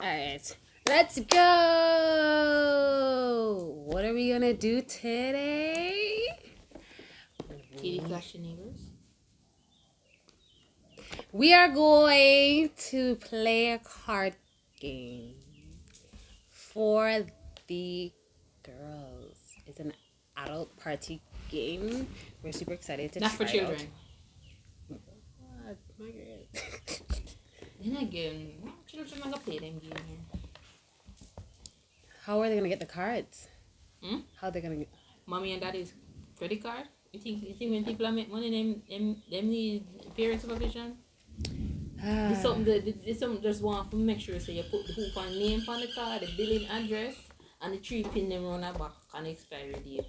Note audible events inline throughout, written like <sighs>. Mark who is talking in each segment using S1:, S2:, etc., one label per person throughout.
S1: All right, let's go. What are we gonna do today?
S2: Kitty Flash and Neighbors.
S1: We are going to play a card game for the girls. It's an adult party game. We're super excited to
S2: Not for
S1: try it out. Oh,
S2: children.
S1: What? Margaret.
S2: Then again, why are children not gonna play them game here?
S1: <laughs> How are they gonna get the cards?
S2: Hmm?
S1: How are they gonna?
S2: Mommy and daddy's credit card. You think you think when people are make money, them them them need parents supervision.
S1: Uh.
S2: This
S1: Ah.
S2: something that this something just want to make sure so you put the hoop and name on the card, the billing address, and the three pin them round the back and the expiry date.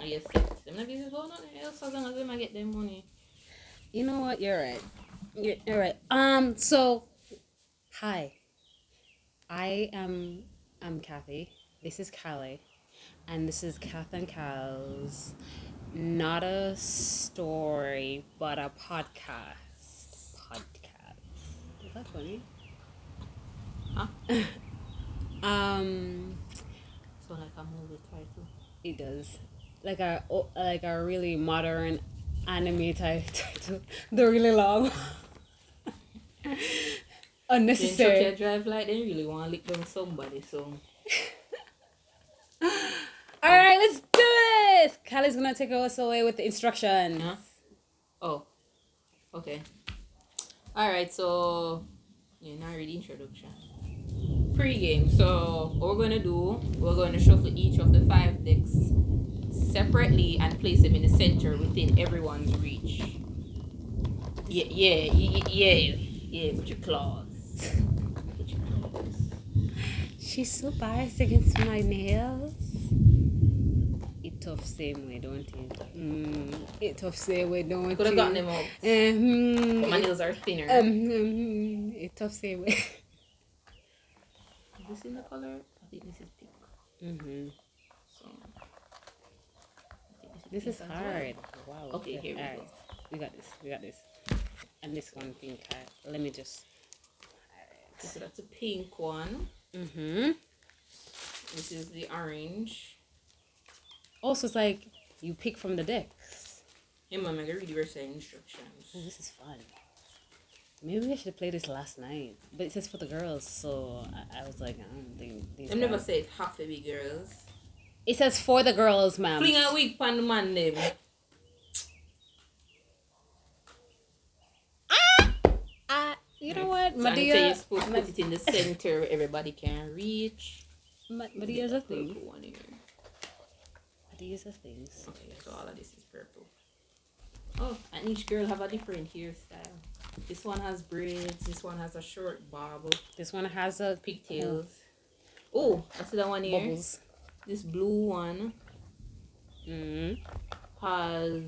S2: And you set. Them not give you go nothing else as long as them a get them money.
S1: You know what? You're right. You're, you're right. Um. So, hi. I am. I'm Kathy. This is Callie, and this is Kath and Cal's. Not a story, but a podcast. Podcast. Is that funny?
S2: Huh?
S1: <laughs> um.
S2: So like a movie title.
S1: It does. Like a oh, like a really modern anime type <laughs> title. They're really long.
S2: <laughs> Then truck
S1: Unnecessary.
S2: you drive like them really want to lick down somebody. So
S1: All right, let's do this. Callie's gonna take us away with the instruction.
S2: Huh? Oh, okay. All right, so yeah, not really introduction. Pre-game. So what we're gonna do? We're gonna shuffle each of the five decks separately and place them in the center within everyone's reach. Yeah, yeah, yeah, yeah, yeah. With your claws. With your claws.
S1: She's so biased against my nails. It tough same way, don't it? Mm, it tough same way, don't it?
S2: Could have gotten them out.
S1: Mhm.
S2: But my nails are thinner.
S1: Um, mhm. it tough same way. <laughs>
S2: Is this in the color? I think this is pink. Mm-hmm.
S1: hmm
S2: So. I think
S1: This
S2: pink
S1: is
S2: as well.
S1: hard. Wow.
S2: Okay, here we
S1: Alright.
S2: go.
S1: We got this. We got this. And this one pink card. Let me just.
S2: So that's a pink one.
S1: Mm-hmm.
S2: This is the orange.
S1: Also, it's like you pick from the decks.
S2: And I'm gonna read your saying
S1: Oh,
S2: instructions.
S1: this is fun. Maybe I should have played this last night, but it says for the girls, so I, I was like, I don't think these
S2: Them never
S1: guys-
S2: said half a big girls.
S1: It says for the girls, ma'am.
S2: Fling a wig pan the man them.
S1: Ah, you know what,
S2: So Anita,
S1: Madia?
S2: you're supposed to put it in the center where everybody can reach.
S1: Ma- Madia's a
S2: Put the
S1: thing.
S2: purple One here.
S1: Madia's a thing. so-
S2: Okay, so all of this is purple. Oh, and each girl have a different hairstyle. This one has braids. This one has a short bob,
S1: This one has a
S2: pigtails. Oh, I see that one here.
S1: bubbles.
S2: This blue one
S1: Mm-hmm.
S2: has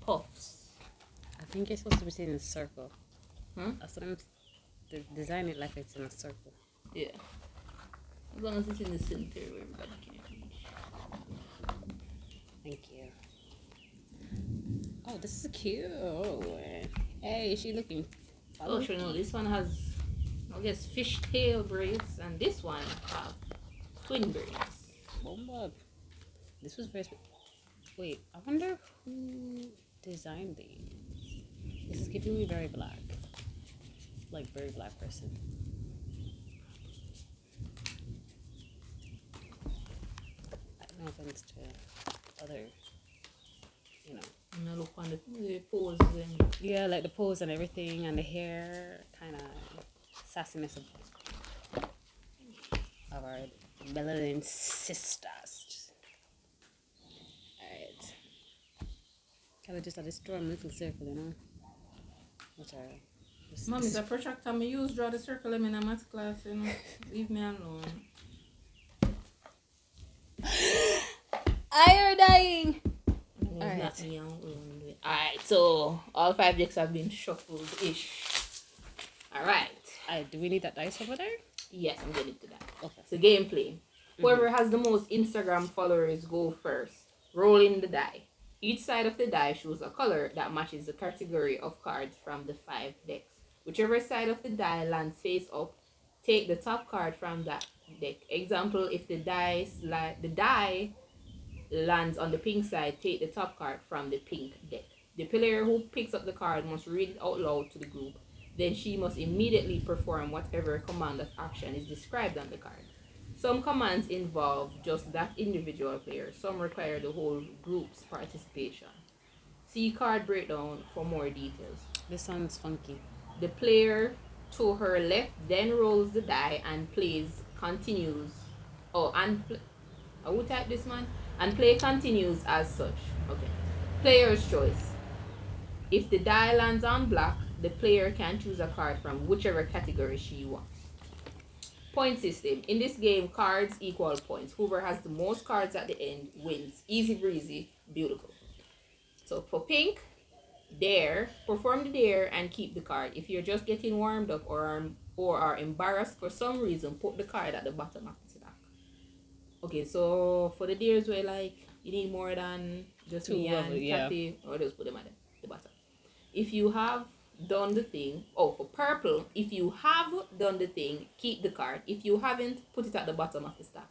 S2: puffs.
S1: I think you're supposed to be sitting in a circle.
S2: Hmm?
S1: That's what I'm. De- design it like it's in a circle.
S2: Yeah. As long as it's in the center where everybody can reach.
S1: Thank you. Oh, this is cute. Hey, she looking.
S2: Oh, sure, no, this one has, I guess, fishtail braids, and this one have twin braids.
S1: Bomba. This was very. Sp- Wait, I wonder who designed these. This is giving me very black. Like, very black person. I don't know if it's to other, you know.
S2: And I look on the, the pose them.
S1: Yeah, like the pose and everything, and the hair kind of sassiness of, of our melanin sisters. Alright. Kind of just at this drawing a little circle, you know? Which are. just-
S2: Mom,
S1: <gasps>
S2: it's a protractor I use, draw the circle I'm in a math class, you <laughs> know. Leave me alone.
S1: iodine!
S2: All right.
S1: Alright.
S2: Alright, so all five decks have been shuffled ish. Alright.
S1: Alright, do we need that dice over there?
S2: Yes, I'm getting to that.
S1: Okay.
S2: So gameplay. Whoever has the most Instagram followers go first. Rolling the die. Each side of the die shows a color that matches the category of cards from the five decks. Whichever side of the die lands face up take the top card from that deck. Example, if the dice like the die lands on the pink side, take the top card from the pink deck. The player who picks up the card must read it out loud to the group. Then she must immediately perform whatever command of action is described on the card. Some commands involve just that individual player, some require the whole group's participation. See card breakdown for more details.
S1: This sounds funky.
S2: The player to her left then rolls the die and plays continues. Oh, and pl- I will type this man. And play continues as such. Okay. Player's choice. If the die lands on black, the player can choose a card from whichever category she wants. Point system. In this game, cards equal points. Whoever has the most cards at the end wins. Easy breezy. Beautiful. So for pink, dare, perform the dare and keep the card. If you're just getting warmed up or are, or are embarrassed for some reason, put the card at the bottom of the stack. Okay, so for the dares where like you need more than just
S1: Two
S2: me
S1: of
S2: and
S1: it, yeah.
S2: Kathy, or just put them at the, the bottom. If you have done the thing, oh for purple, if you have done the thing, keep the card. If you haven't, put it at the bottom of the stack.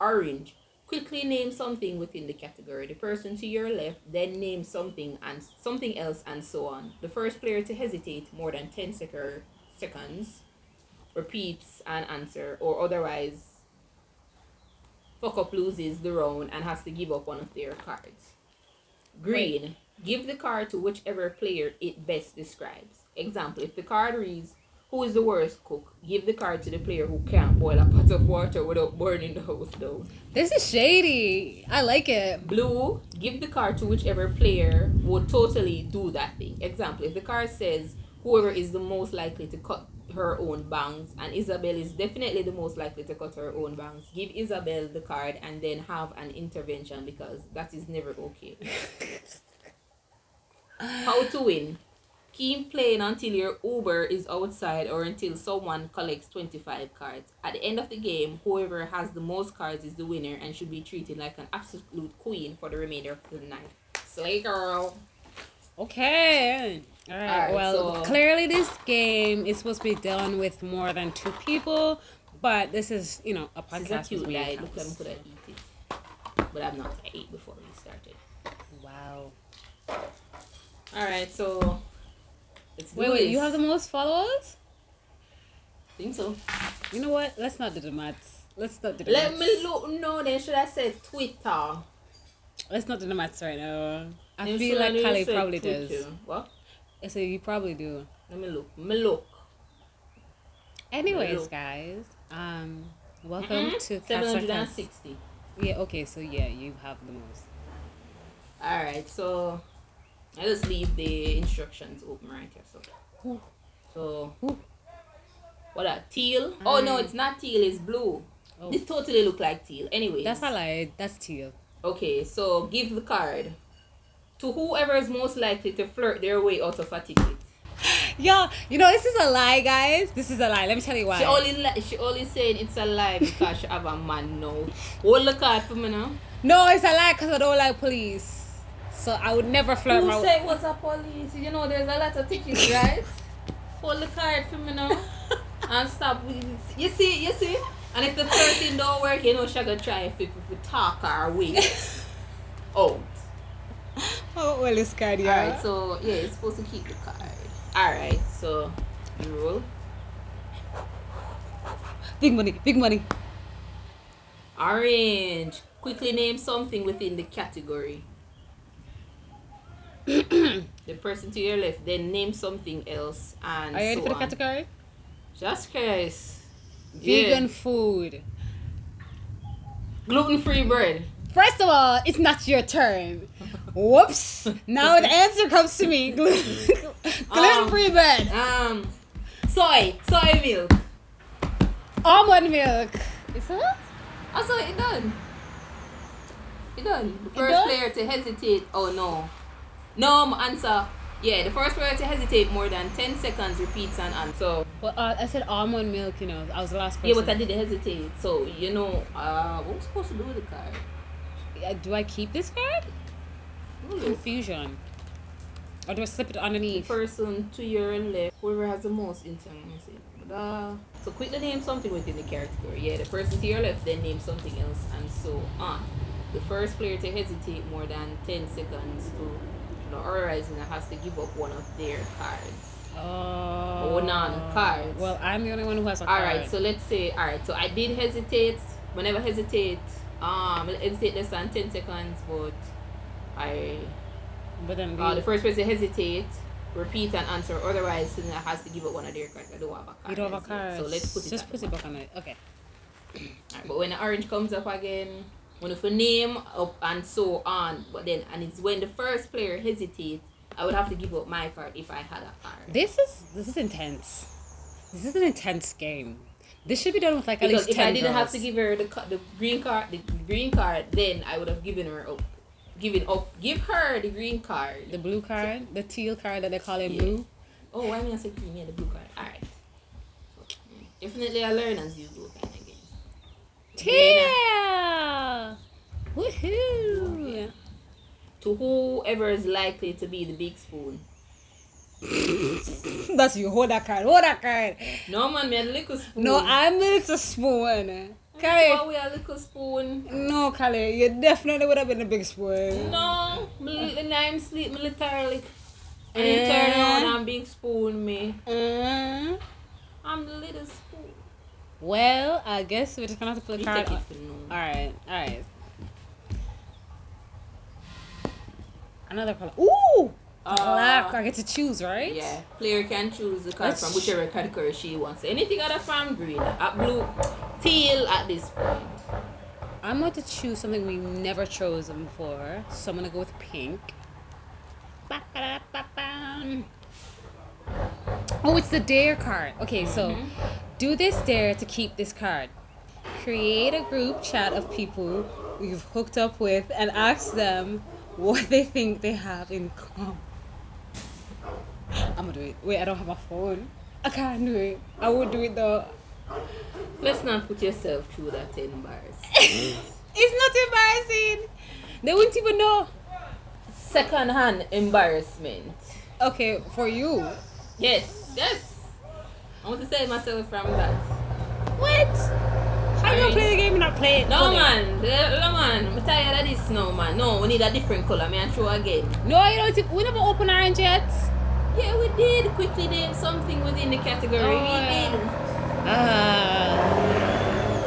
S2: Orange. Quickly name something within the category. The person to your left then name something and something else and so on. The first player to hesitate more than 10 secer- seconds repeats an answer or otherwise fuck up loses the round and has to give up one of their cards. Green. Give the card to whichever player it best describes. Example, if the card reads, Who is the worst cook? Give the card to the player who can't boil a pot of water without burning the house down.
S1: This is shady. I like it. <laughs>
S2: Blue, give the card to whichever player would totally do that thing. Example, if the card says whoever is the most likely to cut her own bangs, and Isabel is definitely the most likely to cut her own bangs, give Isabel the card and then have an intervention because that is never okay. How to win. Keep playing until your Uber is outside or until someone collects 25 cards. At the end of the game, whoever has the most cards is the winner and should be treated like an absolute queen for the remainder of the night. Slay girl.
S1: Okay. All right.
S2: Alright,
S1: well,
S2: so-
S1: clearly this game is supposed to be done with more than two people, but this is, you know, a
S2: This is a
S1: podcast. with
S2: cute
S1: me and
S2: guy. Look,
S1: cats.
S2: I'm gonna eat it. But I'm not. I ate before we started.
S1: Wow.
S2: Alright, so. Let's do
S1: Wait, wait. You
S2: this.
S1: have the most followers?
S2: think so.
S1: You know what? Let's not do the maths. Let's not do the
S2: Let
S1: maths.
S2: me look. No, then should I say Twitter?
S1: Let's not do the maths right now. I
S2: Then
S1: feel
S2: should
S1: like
S2: do
S1: Kali
S2: say
S1: probably
S2: Twitter?
S1: does.
S2: What?
S1: I say you probably do.
S2: Let me look. Me look.
S1: Anyways,
S2: Hello.
S1: guys, um, welcome
S2: Mhm.
S1: to Casa Cas-
S2: 760.
S1: Yeah. Okay. So yeah, you have the most.
S2: All right, so I just leave the instructions open right here. So,
S1: Ooh.
S2: so
S1: Ooh.
S2: what a teal. Oh no,
S1: Mm.
S2: it's not teal. It's blue.
S1: Oh.
S2: This totally look like teal. Anyway,
S1: That's all I. That's teal.
S2: Okay, so give the card to whoever is most likely to flirt their way out of a ticket.
S1: Yo, you know this is a lie, guys. This is a lie. Let me tell you why.
S2: She only li- she only saying it's a lie because she have a man now. Hold the card for me now.
S1: no, it's a lie because I don't like police. So I would never flirt.
S2: Who
S1: my-
S2: said what's a police? You know, there's a lot
S1: <laughs>
S2: of tickets, right? Hold the card for me now and stop. with it. You see, you see. And if the person don't work, you know, she gonna try if we talk our
S1: <laughs>
S2: way out.
S1: oh well, it's card, yeah.
S2: All right, so yeah, it's supposed to keep the card. All right, so you roll.
S1: big money, big money.
S2: Orange. Quickly name something within the
S1: <coughs>
S2: category. the person to your left, then name something else, and
S1: Are you ready
S2: so
S1: for the
S2: on.
S1: category?
S2: Just case.
S1: Vegan food.
S2: gluten free bread.
S1: First of all, it's not your turn. Whoops! Now the answer comes to me. <laughs>
S2: <laughs>
S1: Gluten free bread,
S2: Um, soy, soy milk.
S1: almond milk. Is that?
S2: Also, Ah, it done. It done. The
S1: It
S2: first
S1: done?
S2: player to hesitate. Oh no, no my answer. Yeah, the first player to hesitate more than ten seconds repeats an answer. So,
S1: Well, uh, I said almond milk. You know, I was the last person.
S2: yeah, but I did hesitate. So you know, uh, what was supposed to do with the card?
S1: Uh, do I keep this card?
S2: Ooh.
S1: Confusion. Or do I slip it
S2: The
S1: underneath?
S2: person to your left, whoever has the most intimacy. da. uh, So quickly name something within the category. Yeah, the person to your left then name something else and so on. The first player to hesitate more than 10 seconds to the horizon has to give up one of their cards.
S1: Oh.
S2: Oh, no, cards.
S1: Well, I'm the only one who has a
S2: All
S1: card.
S2: right, so let's say, all right, so I did hesitate. Whenever hesitate, um, I hesitate less than 10 seconds, but I
S1: but then
S2: Uh,
S1: we-
S2: the first person to hesitate, repeat and answer. Otherwise, Sinna has to give up one of their cards. I don't have a card.
S1: you don't have a
S2: as yet.
S1: card.
S2: So let's put it
S1: Just
S2: at
S1: put
S2: the
S1: it
S2: back.
S1: back on it. Okay.
S2: Alright, but when the orange comes up again, when if a name up and so on, but then and it's when the first player hesitates, I would have to give up my card if I had a card.
S1: This is this is intense. This is an intense game. This should be done with like at
S2: because
S1: least
S2: if
S1: ten
S2: I didn't have
S1: girls.
S2: to give her the ca- the green card, the green card, then I would have given her up, given up, give her the green card.
S1: the blue card, the teal card that they call it
S2: Yeah.
S1: blue.
S2: Oh, why me I say green? Yeah, the blue card. All right. Definitely, I learn as you go kind of game.
S1: Teal. Woohoo!
S2: Yeah. To whoever is likely to be the big spoon.
S1: <laughs> That's you. Hold that card. Hold that card.
S2: No man, me a little spoon.
S1: No, I'm it's a spoon.
S2: Oh,
S1: Kale,
S2: we a little spoon.
S1: no, Kale, you definitely would have been a big spoon.
S2: No, me little name sleep militarily. And
S1: Eh?
S2: in turn around and big spoon me.
S1: Mm.
S2: I'm the little spoon.
S1: Well, I guess we're just gonna have to put a
S2: You
S1: card.
S2: take it
S1: on-
S2: for no.
S1: All right, all right. Another color. Ooh,
S2: Uh,
S1: black. I get to choose, Ah, right?
S2: Yeah, player can choose the card
S1: Let's
S2: from
S1: sh-
S2: whichever category she wants. Anything other from green, at blue, teal at this point.
S1: I'm going to choose something we never chosen before, so I'm gonna go with pink. Ba-ba-da-ba-bam. Oh, it's the dare card. Okay, so do this dare to keep this card. Create a group chat of people you've hooked up with and ask them what they think they have in common. I'm gonna do it. Wait, I don't have my phone. I can't do it. I would do it though.
S2: Let's not put yourself through that 10 bars.
S1: <laughs> It's not embarrassing. They wouldn't even know.
S2: Second hand embarrassment.
S1: Okay, for you.
S2: Yes, yes. I want to save myself from that.
S1: What? How you gonna play the game and not play it?
S2: No
S1: fully?
S2: man, Eh, no man, I'm tired of this no man. No, we need a different color. Me and show again.
S1: No, you don't. think- We never open orange yet.
S2: Yeah, we did quickly name something within the category.
S1: Oh,
S2: we
S1: yeah.
S2: did.
S1: Ah.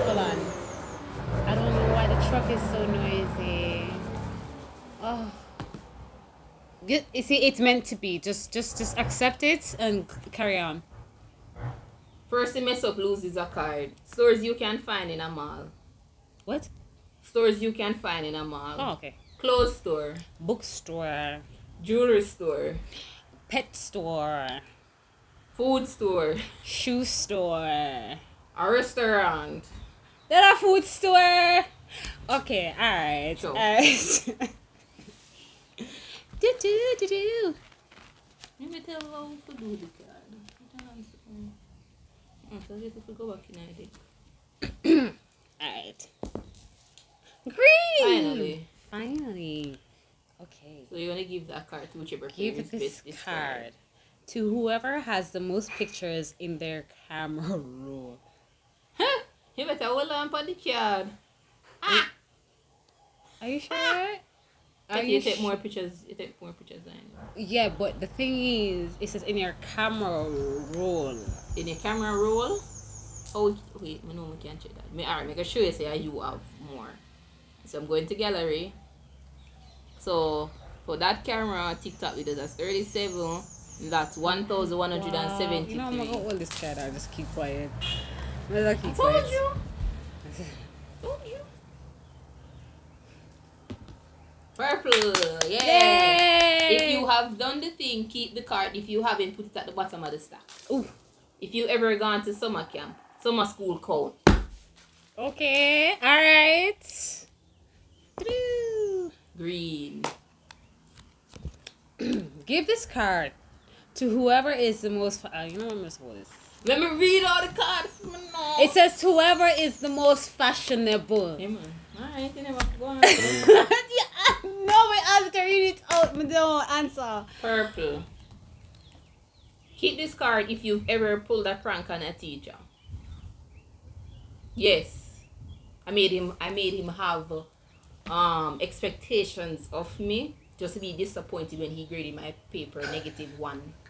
S1: hold on. I don't know why the truck is so noisy. Oh. You, you see, it's meant to be. Just, just, just accept it and c- carry on.
S2: First to mess up loses a card. Stores you can find in a mall.
S1: What?
S2: Stores you can find in a mall.
S1: Oh, okay.
S2: Clothes store.
S1: Bookstore,
S2: Jewelry store.
S1: pet store,
S2: Food store.
S1: shoe store.
S2: A restaurant.
S1: Then a food store. Okay, all right. All
S2: So-
S1: right. <laughs> do, do, do, do.
S2: Let me tell how to do the card. I don't understand. Mm, so I guess if we go back in I think.
S1: <clears throat> All right. Green.
S2: Finally.
S1: Finally. Okay.
S2: So you're gonna give that card to whichever player
S1: Give
S2: is
S1: this
S2: best described. <laughs>
S1: card to whoever has the most pictures in their camera <laughs> roll.
S2: Huh? You better hold on for the card. Ah!
S1: Are you sure?
S2: Are you
S1: sh-
S2: take more pictures. You take more pictures than
S1: Yeah, but the thing is, it says in your camera roll.
S2: in the camera roll. Oh wait, we know we can't check that. Me alright, make sure you say ah, you have more. So I'm going to gallery. So for that camera, TikTok it does a 37. That's 1,173.
S1: You know, I'm gonna hold this chat. I just keep quiet. Let's not keep
S2: Told
S1: quiet.
S2: you.
S1: <laughs>
S2: Told you. Purple. Yeah.
S1: Yay!
S2: If you have done the thing, keep the card. If you haven't, put it at the bottom of the stack.
S1: Ooh.
S2: If you ever gone to summer camp, summer school code.
S1: Okay, alright. Doo-doo.
S2: Green.
S1: Give this card to whoever is the most. Fi- uh, you know what I'm gonna hold this.
S2: Let me read all the cards. No.
S1: It says whoever is the most fashionable.
S2: Hey, man. Alright, you never go
S1: <laughs>
S2: on.
S1: yeah, no, my answer. You need to oh, my don't answer.
S2: Purple. Keep this card if you've ever pulled a prank on a teacher. Yes. I made him I made him have um expectations of me just to be disappointed when he graded my paper negative one.
S1: <gasps>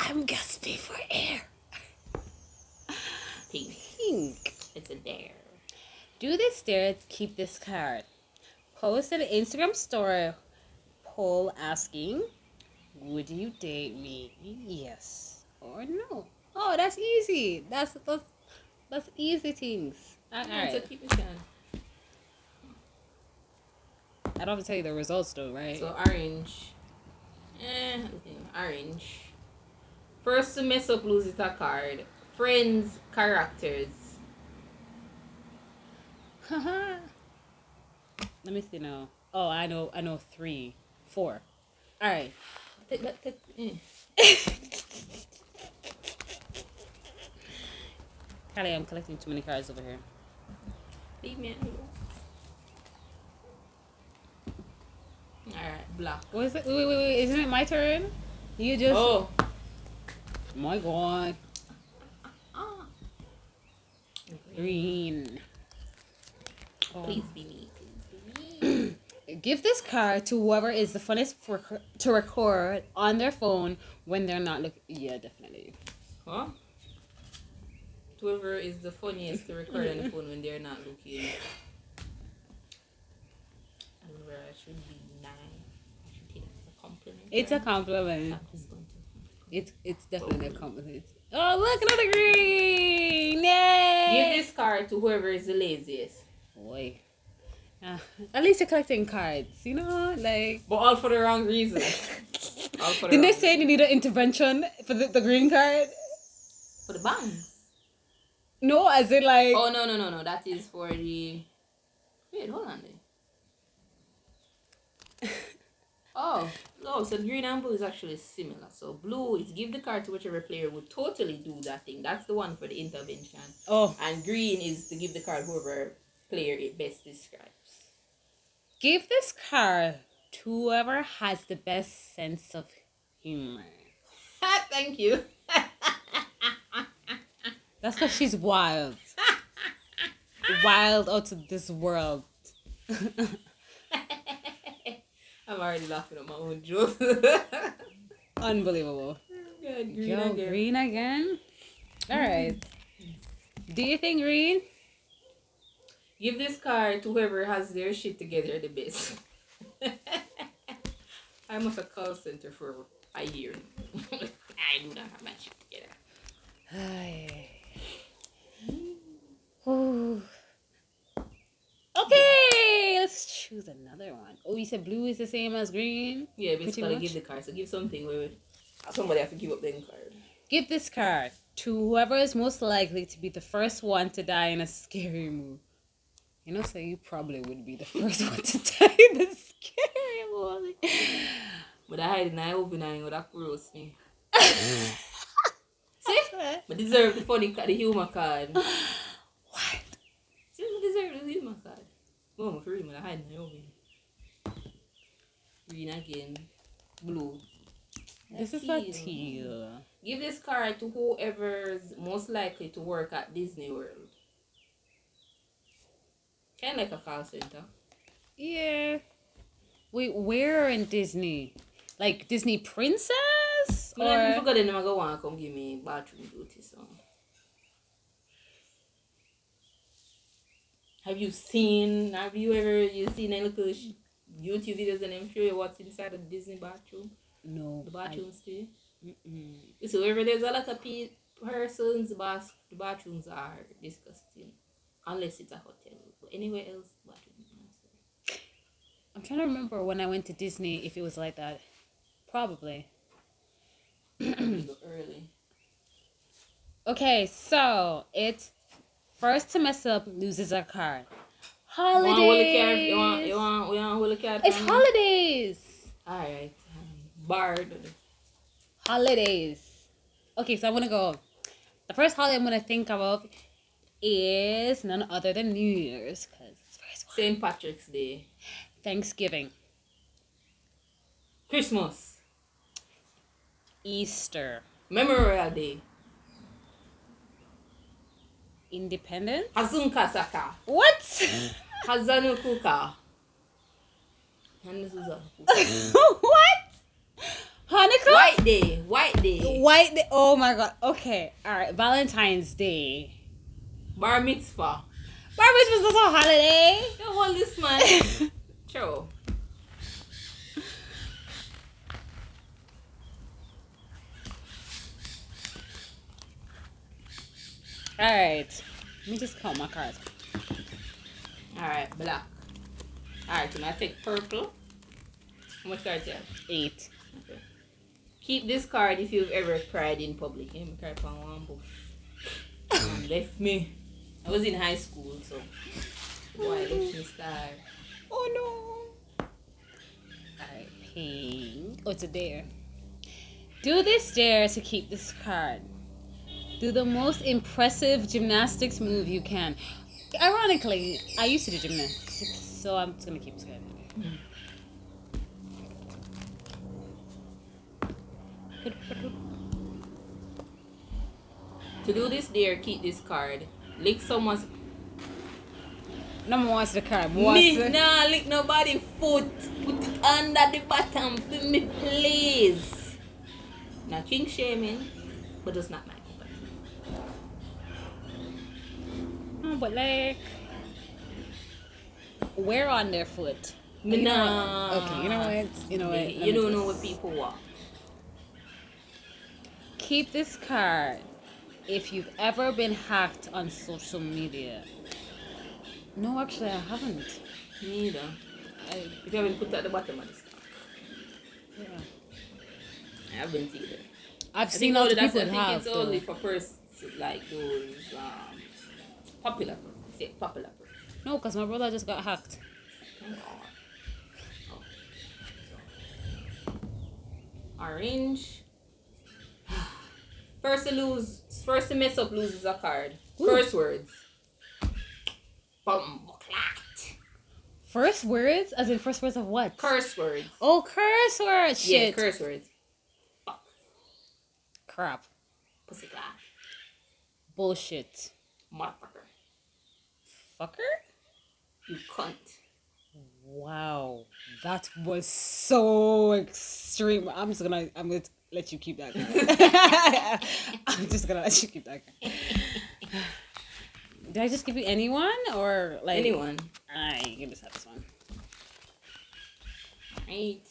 S1: I'm gasping for air.
S2: Pink.
S1: Pink.
S2: It's a dare.
S1: Do this dare, keep this card. Post an Instagram story poll asking, Would you date me? Yes or no? Oh, that's easy. That's that's, that's easy things. All
S2: Yeah, So
S1: right.
S2: keep it down.
S1: I don't have to tell you the results though, right?
S2: So orange. Eh, okay, orange. First to mess up loses a card. Friends, characters.
S1: Haha. <laughs> Let me see now. Oh, I know. I know three, four. All right.
S2: Take that- take- eh.
S1: Callie, I'm collecting too many cards over here.
S2: Leave me alone. Alright, black.
S1: What is it? Wait, wait, wait, wait. Isn't it my turn? You just.
S2: Oh.
S1: my God.
S2: Ah.
S1: Green. Oh.
S2: Please be me. Please be me.
S1: Give this card to whoever is the funnest for, to record on their phone when they're not looking. Yeah, definitely.
S2: huh? Whoever is the funniest to record on the phone when they're not looking. I don't know where I should be nice. I should take it as a compliment.
S1: It's a
S2: right?
S1: compliment.
S2: I'm just going to-
S1: It's it's definitely a compliment. Oh, look another green! Yay!
S2: Give this card to whoever is the laziest.
S1: Boy. Uh, at least you're collecting cards, you know? Like.
S2: But all for the wrong reason. all for the
S1: Didn't they
S2: wrong
S1: say they need an intervention for the, the green card?
S2: For the bangs.
S1: No, as in like.
S2: Oh no no no no! That is for the. Wait, hold on. There. Oh no! So green and blue is actually similar. So blue is give the card to whichever player would totally do that thing. That's the one for the intervention.
S1: <laughs> Oh.
S2: And green is to give the card whoever player it best describes.
S1: Give this card to whoever has the best sense of humor.
S2: <laughs> Thank you. <laughs>
S1: That's because she's <laughs> wild. wild out of this world. <laughs>
S2: I'm already laughing at my own <laughs> joke.
S1: Unbelievable.
S2: Good green
S1: Yo,
S2: and green.
S1: green again? Mm-hmm. Alright. Do you think green?
S2: Give this card to whoever has their shit together the best. <laughs> I'm at a call center for a year. <laughs> I do not have my shit together.
S1: Ay. Ooh. <sighs> Okay, let's choose another one. Oh, you said blue is the same as green.
S2: Yeah,
S1: Pretty
S2: basically
S1: much.
S2: give the card. So give something where somebody have to give up their card.
S1: Give this card to whoever is most likely to be the first one to die in a scary move. You know, so you probably would be the first <laughs> one to die in a scary movie.
S2: But I hide and I open and would have roast me. See? But deserve the funny card, the humor card.
S1: What?
S2: See, I deserve the humor card. Mom, for real, I hide and I open. Green again. Blue.
S1: This is a teal.
S2: Give this card to whoever's most likely to work at Disney World. Kind of like a call center.
S1: Yeah. Wait, where in Disney? Like Disney Princess?
S2: But I
S1: Or...
S2: forgot them, I go want to come give me bathroom duty. So, have you seen? Have you ever you seen any little sh- YouTube videos and them show you what's inside the Disney bathroom?
S1: No.
S2: The
S1: I-
S2: bathroom stay.
S1: mm-mm.
S2: So wherever there's a lot of pe- persons, bas- the bathrooms are disgusting. Unless it's a hotel. But anywhere else, bathrooms are nasty.
S1: I'm trying to remember when I went to Disney if it was like that. Probably.
S2: You
S1: <coughs>
S2: go early.
S1: Okay, so it's first to mess up loses a card.
S2: You want holy care?
S1: Holidays.
S2: You want um, you want you want holy care?
S1: It's holidays.
S2: All right. Bard.
S1: Holidays. Okay, so I'm gonna go. The first holiday I'm gonna think of is none other than New Year's, cause it's the first one.
S2: St. Patrick's Day.
S1: Thanksgiving.
S2: Christmas.
S1: Easter.
S2: Memorial Day.
S1: Independence?
S2: Hazunka Saka.
S1: What? <laughs>
S2: Hazanukuka. And this is a
S1: what? Hanukkah?
S2: White Day. White Day.
S1: White Day. Oh my god. Okay. All right. Valentine's Day.
S2: Bar Mitzvah.
S1: Bar Mitzvah's not a holiday.
S2: The whole this man.
S1: <laughs>
S2: Ciao.
S1: All right. Let me just count my cards.
S2: Alright, black. Alright, so now take purple. How much cards you have?
S1: Eight.
S2: Okay. Keep this card if you've ever cried in public. Hey, me cry upon one bush.
S1: Mm.
S2: Um, <laughs> left me. I was in high school, so boy left me scar.
S1: Oh no. All right. Pink. Oh, it's a dare. Do this dare to keep this card. Do the most impressive gymnastics move you can. Ironically, I used to do gymnastics, so I'm just gonna keep this card.
S2: To do this dare, keep this card. Lick someone's
S1: Number one's the card. One's
S2: me
S1: the-
S2: nah lick nobody foot. Put it under the bottom for me, please. Now king shaming, but it's not my company.
S1: No, Mm, but like, we're on their foot.
S2: Me
S1: You know
S2: nah.
S1: what? Okay, you know what? You know what? Let
S2: You
S1: me
S2: don't
S1: just-
S2: know what people want.
S1: Keep this card if you've ever been hacked on social media. No, actually, I haven't.
S2: Neither.
S1: I,
S2: If you haven't put at the bottom of this.
S1: yeah.
S2: I haven't either.
S1: I've
S2: I
S1: seen
S2: think
S1: all
S2: only
S1: the
S2: that's
S1: people
S2: I think
S1: have.
S2: it's only
S1: though.
S2: for persons like those um, popular persons. Yeah, popular persons.
S1: No, because my brother just got hacked.
S2: Orange. <sighs> First to lose first to mess up loses a card.
S1: Ooh.
S2: Curse words. Bum clacked.
S1: First words, as in first words of what?
S2: Curse words.
S1: Oh, curse words.
S2: Yeah,
S1: Shit.
S2: curse words. Fuck.
S1: Crap.
S2: Pussy clack.
S1: Bullshit.
S2: Motherfucker.
S1: Fucker.
S2: You cunt.
S1: Wow, that was so extreme. I'm just gonna, I'm gonna let you keep that. card. <laughs> I'm just gonna let you keep that. card. Did I just give you anyone or like
S2: Anyone.
S1: I you can just have this one.
S2: Right.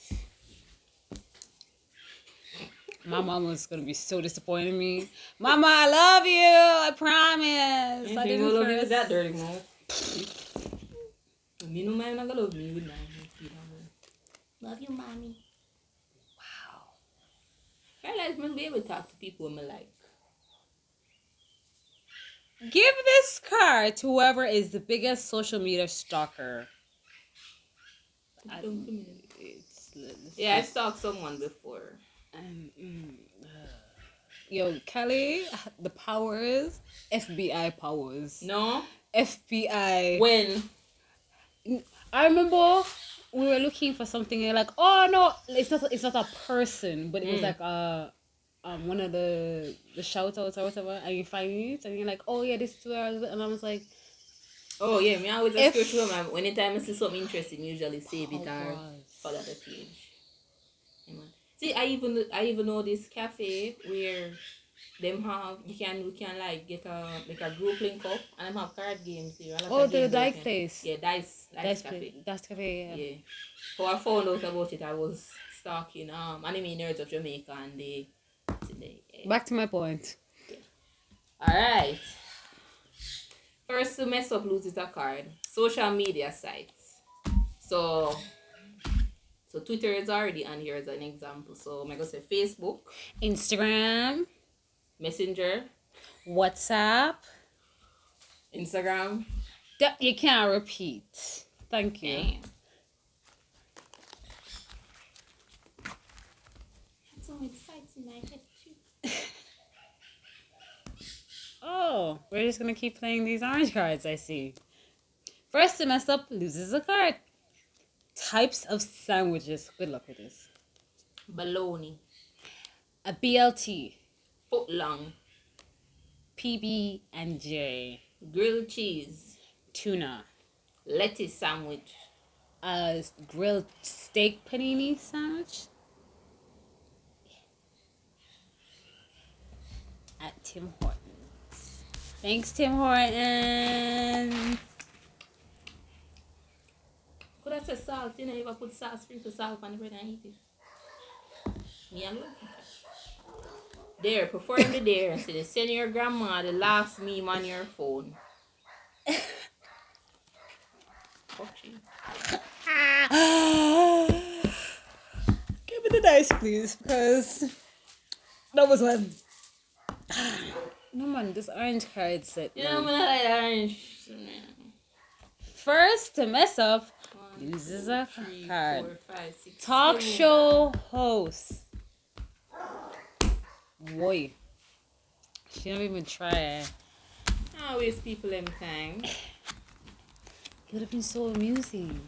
S1: My mom was gonna be so disappointed in me. Mama, I love you. I promise. I
S2: Ain't
S1: didn't
S2: gonna love you
S1: curse.
S2: with that dirty mouth. me no man not gonna love me with that. you know. Love you, mommy.
S1: Wow.
S2: Realize me be able to talk to people me like.
S1: Give this card to whoever is the biggest social media stalker. I-
S2: Don't come here.
S1: It's,
S2: Yeah, I stalked someone before.
S1: Um, mm, uh, yo, Kelly, the powers, FBI powers.
S2: No. Eh.
S1: FBI.
S2: When
S1: I remember we were looking for something and like, oh no, it's not it's not a person, but it was
S2: Mm.
S1: like uh um one of the the shout outs or whatever and you find it and you're like, Oh yeah, this is where I was and I was like,
S2: oh yeah, me I always
S1: If-
S2: ask you to my anytime I see something interesting, usually save
S1: "Oh,
S2: it or
S1: powers.
S2: follow the page. Yeah, man. See, I even I even know this cafe where them have you can we can like get a like a group link up and them have card games here. I like
S1: Oh,
S2: a
S1: the
S2: game
S1: dice
S2: there.
S1: place.
S2: Yeah, dice dice
S1: That's
S2: cafe.
S1: cafe. That's cafe, yeah.
S2: Yeah. So I found out about it. I was stalking um anime nerds of Jamaica and they today.
S1: Back to my point.
S2: Alright. First to mess up loses a card. Social media sites. So so Twitter is already on here as an example. So I'm gonna say Facebook,
S1: Instagram,
S2: Messenger,
S1: WhatsApp.
S2: Instagram.
S1: That you can't repeat. Thank you.
S2: Damn. That's so exciting. I get you.
S1: Oh, we're just gonna keep playing these orange cards, I see. First to mess up loses a card. Types of sandwiches. Good luck with this.
S2: Baloney.
S1: A BLT,
S2: Footlong.
S1: PB and J,
S2: Grilled cheese.
S1: tuna,
S2: Lettuce sandwich.
S1: a grilled steak panini sandwich at Tim Hortons. Thanks, Tim Hortons.
S2: Could I say salt? You know, if I put salt, sprinkle salt on the bread and eat it. Me alone. There, perform the dare. Say the send your grandma the last meme on your phone. Fuck you.
S1: Give me the dice, please, because that was one. No man, this orange card set.
S2: You know,
S1: man.
S2: I'm not like orange.
S1: First to mess up
S2: One,
S1: loses a
S2: three,
S1: card.
S2: four, five, six,
S1: Talk
S2: seven.
S1: show host. Boy. She don't even try. eh?
S2: I waste people any time.
S1: It would have been so amusing.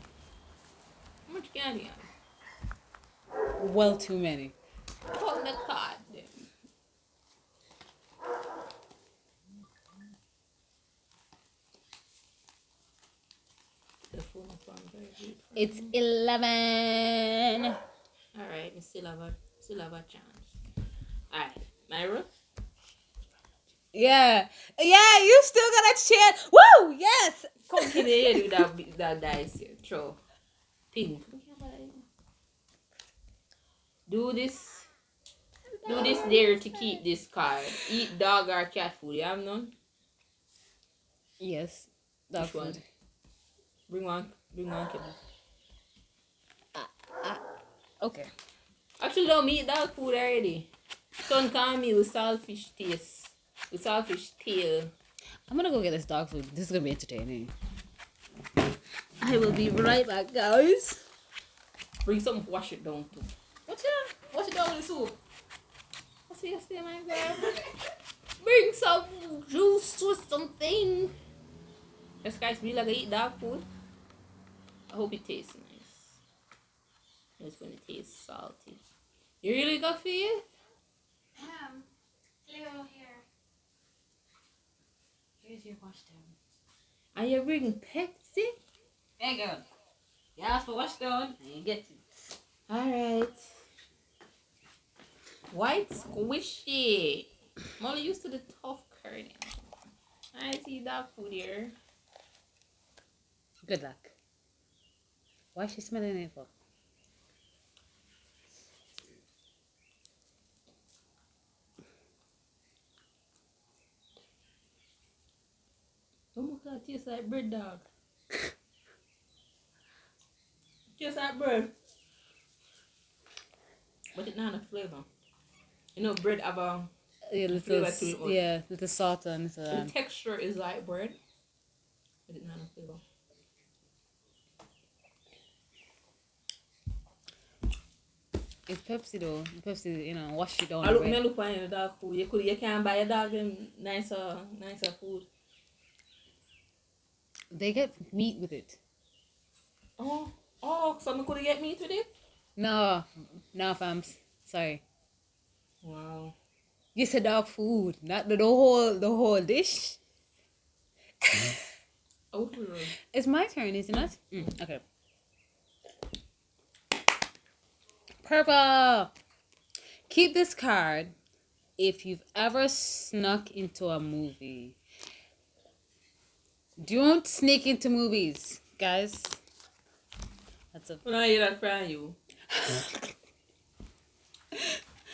S2: How much can you?
S1: Well, too many.
S2: Hold the card. then. The phone is on very good.
S1: It's 11.
S2: All right, we still have a still have a chance. All right, Myra.
S1: Yeah. Yeah, you still got a chance. Woo! Yes!
S2: Come give me do that big- that dice here. Throw. Ping. Do this. Do this dare to keep this card. Eat dog or cat food. You have none.
S1: Yes. That
S2: Which one?
S1: food.
S2: Bring one. Bring one. Kevin.
S1: Okay.
S2: Actually, don't eat dog food already. Don't call me with saltfish taste. With saltfish tail.
S1: I'm gonna go get this dog food. This is gonna be entertaining. I will be right back, guys.
S2: Bring something. Wash it down too. What's that? Wash it down with the soup. I see you stay my girl. Bring some juice or something. This guys be like I eat dog food. I hope it tastes nice. It's gonna taste salty. You really got faith?
S3: Um, Leo here. Here's your wash down.
S2: Are you bringing Pepsi?
S3: There you go. You asked for wash down and you get it.
S2: Alright. White squishy. Molly used to the tough curry. I see that food here.
S1: Good luck. Why is she smelling it for?
S2: Oh my god, it tastes like bread dog. Tastes like bread. But it not a flavor. You know bread have a
S1: Yeah,
S2: feel
S1: little,
S2: like
S1: s-
S2: it was-
S1: yeah, little salt and little.
S2: the
S1: Um,
S2: texture is like bread. But it not a flavor.
S1: it's Pepsi though. Pepsi, you know, wash it down.
S2: I look
S1: right?
S2: me look on your dog food. You could you can buy your dog them nicer nicer food.
S1: They get meat with it.
S2: Oh, oh, someone could have get me to this.
S1: No, no, fams. Sorry.
S2: Wow.
S1: You said dog food, not the, the whole the whole dish. <laughs>
S2: Overall.
S1: It's my turn, isn't it? Mm, okay. Purple. Keep this card if you've ever snuck into a movie. Don't sneak into movies, guys. That's a <laughs>
S2: When I hear that from you,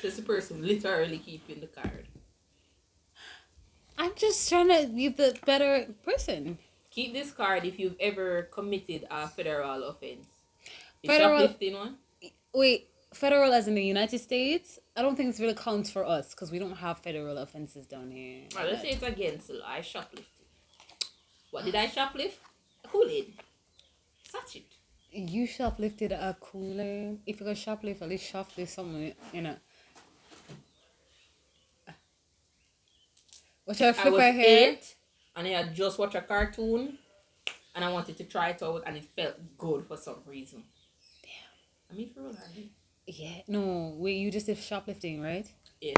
S2: this person literally keeping the card.
S1: I'm just trying to be the better person.
S2: Keep this card if you've ever committed a federal offense. The
S1: Federal-
S2: shoplifting one?
S1: Wait, federal as in the United States? I don't think this really counts for us because we don't have federal offenses down here.
S2: Well, let's say it's against the law. I shoplifted. What did I shoplift? A Kool-Aid. Such it.
S1: You shoplifted a cooler. If you go shoplift, at least shoplift something, you know. Watch her
S2: I
S1: flip
S2: was
S1: her hair.
S2: eight and I had just watched a cartoon and I wanted to try it out and it felt good for some reason. Damn. I mean, for real, I did.
S1: Yeah. No, wait, you just did shoplifting, right?
S2: Yeah.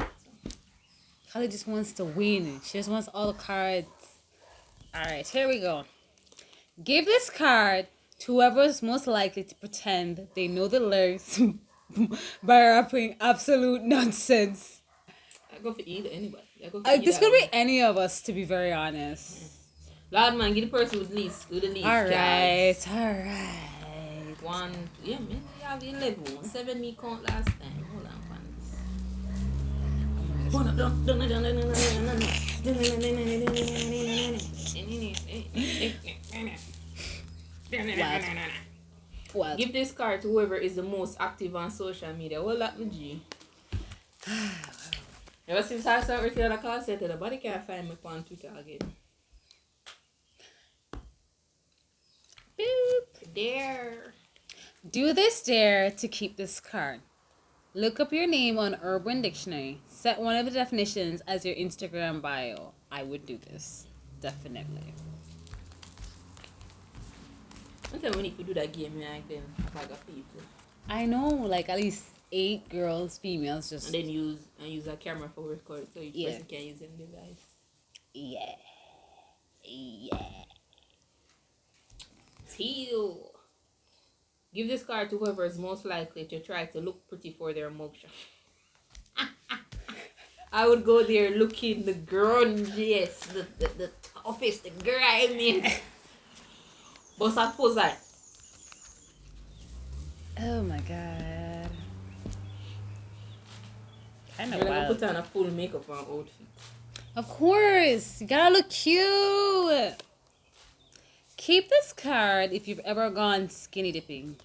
S1: Kylie just wants to win. She just wants all the cards. Alright, here we go. Give this card to whoever is most likely to pretend they know the lyrics <laughs> by rapping absolute nonsense.
S2: I go for either anybody. I go for
S1: Uh,
S2: either
S1: this could be any of us, to be very honest.
S2: Loud man, give the person with least. Do the least. guys.
S1: Alright, alright.
S2: One, yeah, man, you have the level. One seven me count last time. Hold on, fans.
S1: Well,
S2: Give this card to whoever is the most active on social media. Well, that
S1: <sighs>
S2: would you. Ever since I started working at a call center, nobody can find me on Twitter again. Boop. There.
S1: do this dare to keep this card. Look up your name on Urban Dictionary. Set one of the definitions as your Instagram bio. I would do this. Definitely.
S2: Sometimes we need to do that game like um, them, like a people.
S1: I know, like, at least eight girls, females, just.
S2: And then use and use a camera for record so each
S1: Yeah.
S2: person can use any device.
S1: yeah. Yeah.
S2: Teal. Give this card to whoever is most likely to try to look pretty for their moksha. <laughs> I would go there looking the grungiest, the, the, the toughest, the grimiest. but suppose I
S1: Oh my god. Kind
S2: you're
S1: of
S2: gonna
S1: wild.
S2: put on a full makeup and outfit.
S1: Of course, you gotta look cute. Keep this card if you've ever gone skinny dipping.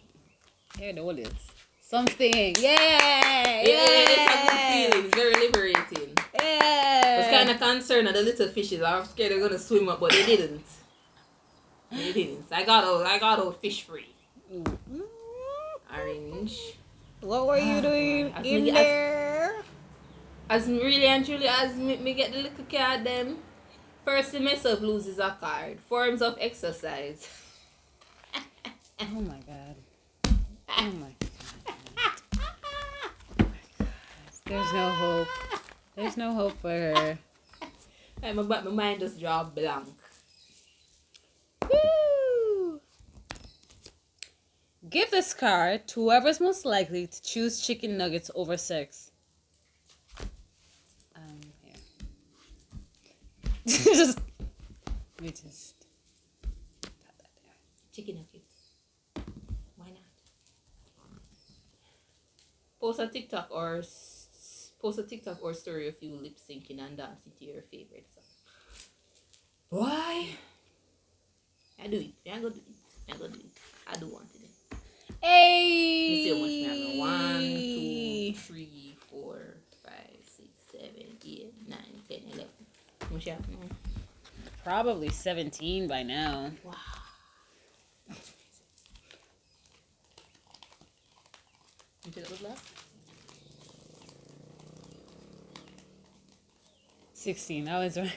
S1: Here, know what it is. Something. Yeah.
S2: Yeah, it's a good feeling. It's very liberating. I was kind
S1: Yeah.
S2: of concerned at the little fishes. I was scared they're gonna swim up, but they didn't. They didn't. I got old. I got old fish free.
S1: Mm.
S2: Orange.
S1: What were you doing
S2: As
S1: in
S2: many- as-
S1: there?
S2: As me really and truly as me, me get the little card, them first the mess up loses a card. Forms of exercise. <laughs>
S1: Oh my god. Oh my god. <laughs> There's no hope. There's no hope for her.
S2: And my but my mind just draw blank.
S1: Woo! Give this card to whoever's most likely to choose chicken nuggets over sex. Um, yeah. <laughs> just, let me just. pop that there.
S2: Chicken nuggets. Why not? Post a TikTok or s- post a TikTok or story of you lip syncing and dancing to your favorite song. Why? I do it. I go do it. I go do it. I do want it. Let's see how much we have. now. One, two,
S1: Hey!
S2: three, four, five, six, seven, eight, nine, ten, eleven. Much have now?
S1: Probably 17 by now.
S2: Wow. You did it with love?
S1: 16, I was <laughs> right.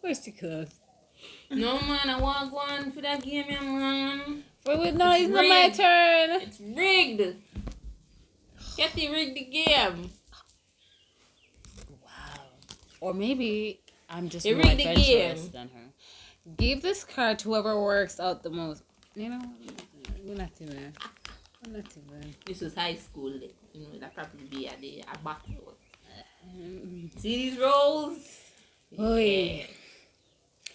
S1: Where's too close?
S2: No man, I want one for that game, yeah, man.
S1: Wait, wait, no, it's not my
S2: rigged.
S1: turn.
S2: It's rigged. Kathy rigged the game.
S1: Wow. Or maybe I'm just
S2: They
S1: more
S2: rigged the
S1: adventurous
S2: game.
S1: than her. Give this card to whoever works out the most. You know, we're not too bad. We're not too bad.
S2: This was high school. You know that probably be at the a battle.
S1: Mm.
S2: See these rolls?
S1: Oy.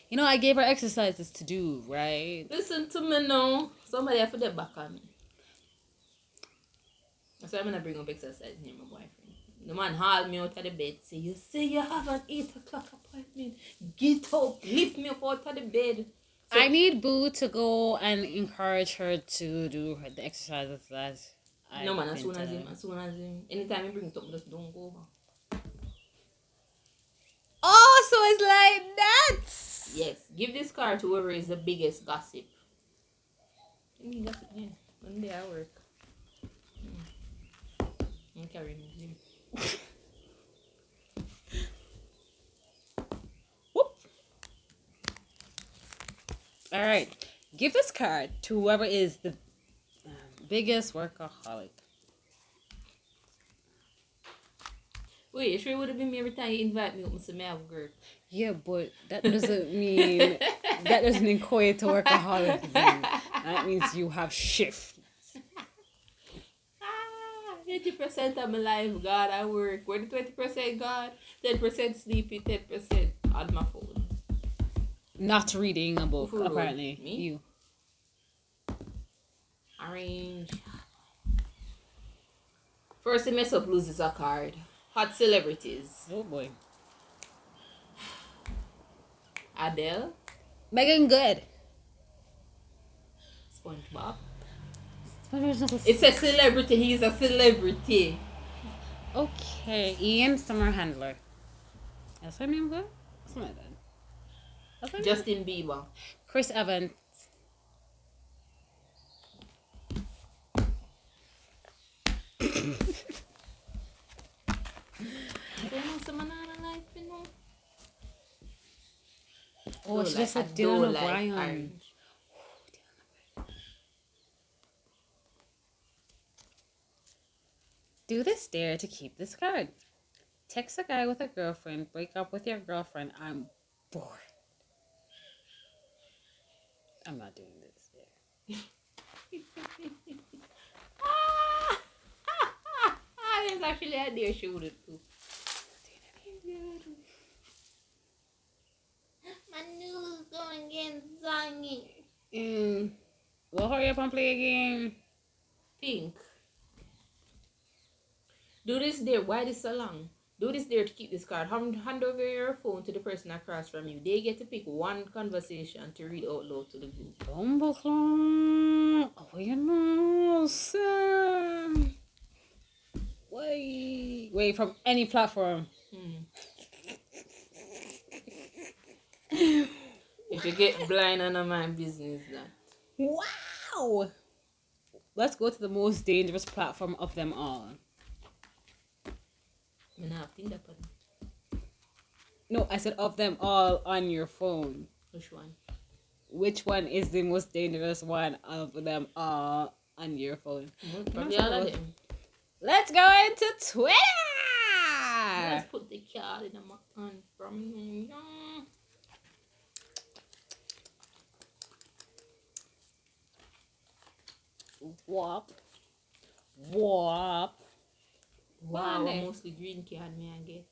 S1: You know, I gave her exercises to do, right?
S2: Listen to me now. Somebody have to get back on me. So I'm gonna bring up exercise near my boyfriend. The man hauled me out of the bed, say, You say you have an eight o'clock appointment. Get up, lift me up out of the bed. So-
S1: I need Boo to go and encourage her to do her, the exercises that I
S2: no man, as soon as him, as soon as him. Anytime he bring it up, just don't go over.
S1: Oh, so it's like that.
S2: Yes. Give this card to whoever is the biggest gossip. Any gossip, yeah. One day I work. Mm. I'm carrying it here.
S1: All right. Give this card to whoever is the um, biggest workaholic.
S2: Wait, it sure would have been me every time you invite me up and say, may I have a <laughs> girl.
S1: Yeah, but that doesn't mean that doesn't equate to
S2: Oh, <laughs>
S1: workaholic. That means you have shift.
S2: Ah, 80% of my life, God, I work. Where the 20% God? 10% sleepy, 10% on my phone.
S1: Not reading a book,
S2: Who?
S1: apparently.
S2: Me?
S1: You.
S2: Orange. First, they mess up loses a card. Hot celebrities.
S1: Oh boy.
S2: Adele,
S1: Megan Good.
S2: SpongeBob.
S1: It's
S2: It's a celebrity. He's a celebrity.
S1: okay. Ian Summer Handler. That's her name, good? Something like that. That's her name?
S2: Justin Bieber.
S1: Chris Evans.
S2: Don't know someone out of life, you know?
S1: Oh,
S2: Don't
S1: it's Oh, just a
S2: like- I
S1: Dylan
S2: don't like
S1: O'Brien.
S2: orange.
S1: Do this dare to keep this card. Text a guy with a girlfriend, break up with your girlfriend. I'm bored. I'm not doing this dare.
S2: Ah, <laughs> There's actually a deer shooter too.
S3: My nose is going against Zangy.
S1: Mm. Well, hurry up and play a game.
S2: Pink. Do this there. Why this so long? Do this there to keep this card. Hand, hand over your phone to the person across from you. They get to pick one conversation to read out loud to the group.
S1: Bumbleclaw. Oh, you know, Sam. Wait. Wait, from any platform.
S2: Hmm. if you get blind on my business, that.
S1: Wow. Let's go to the most dangerous platform of them all.
S2: I mean, I think that button.
S1: No, I said of them all on your phone.
S2: Which one?
S1: Which one is the most dangerous one of them all on your phone?
S2: Probably all of them.
S1: Let's go into Twitter. Ah.
S2: Let's put the card in my hand from me.
S1: Wop. Wop.
S2: Wow,
S1: Why?
S2: mostly green card me I get.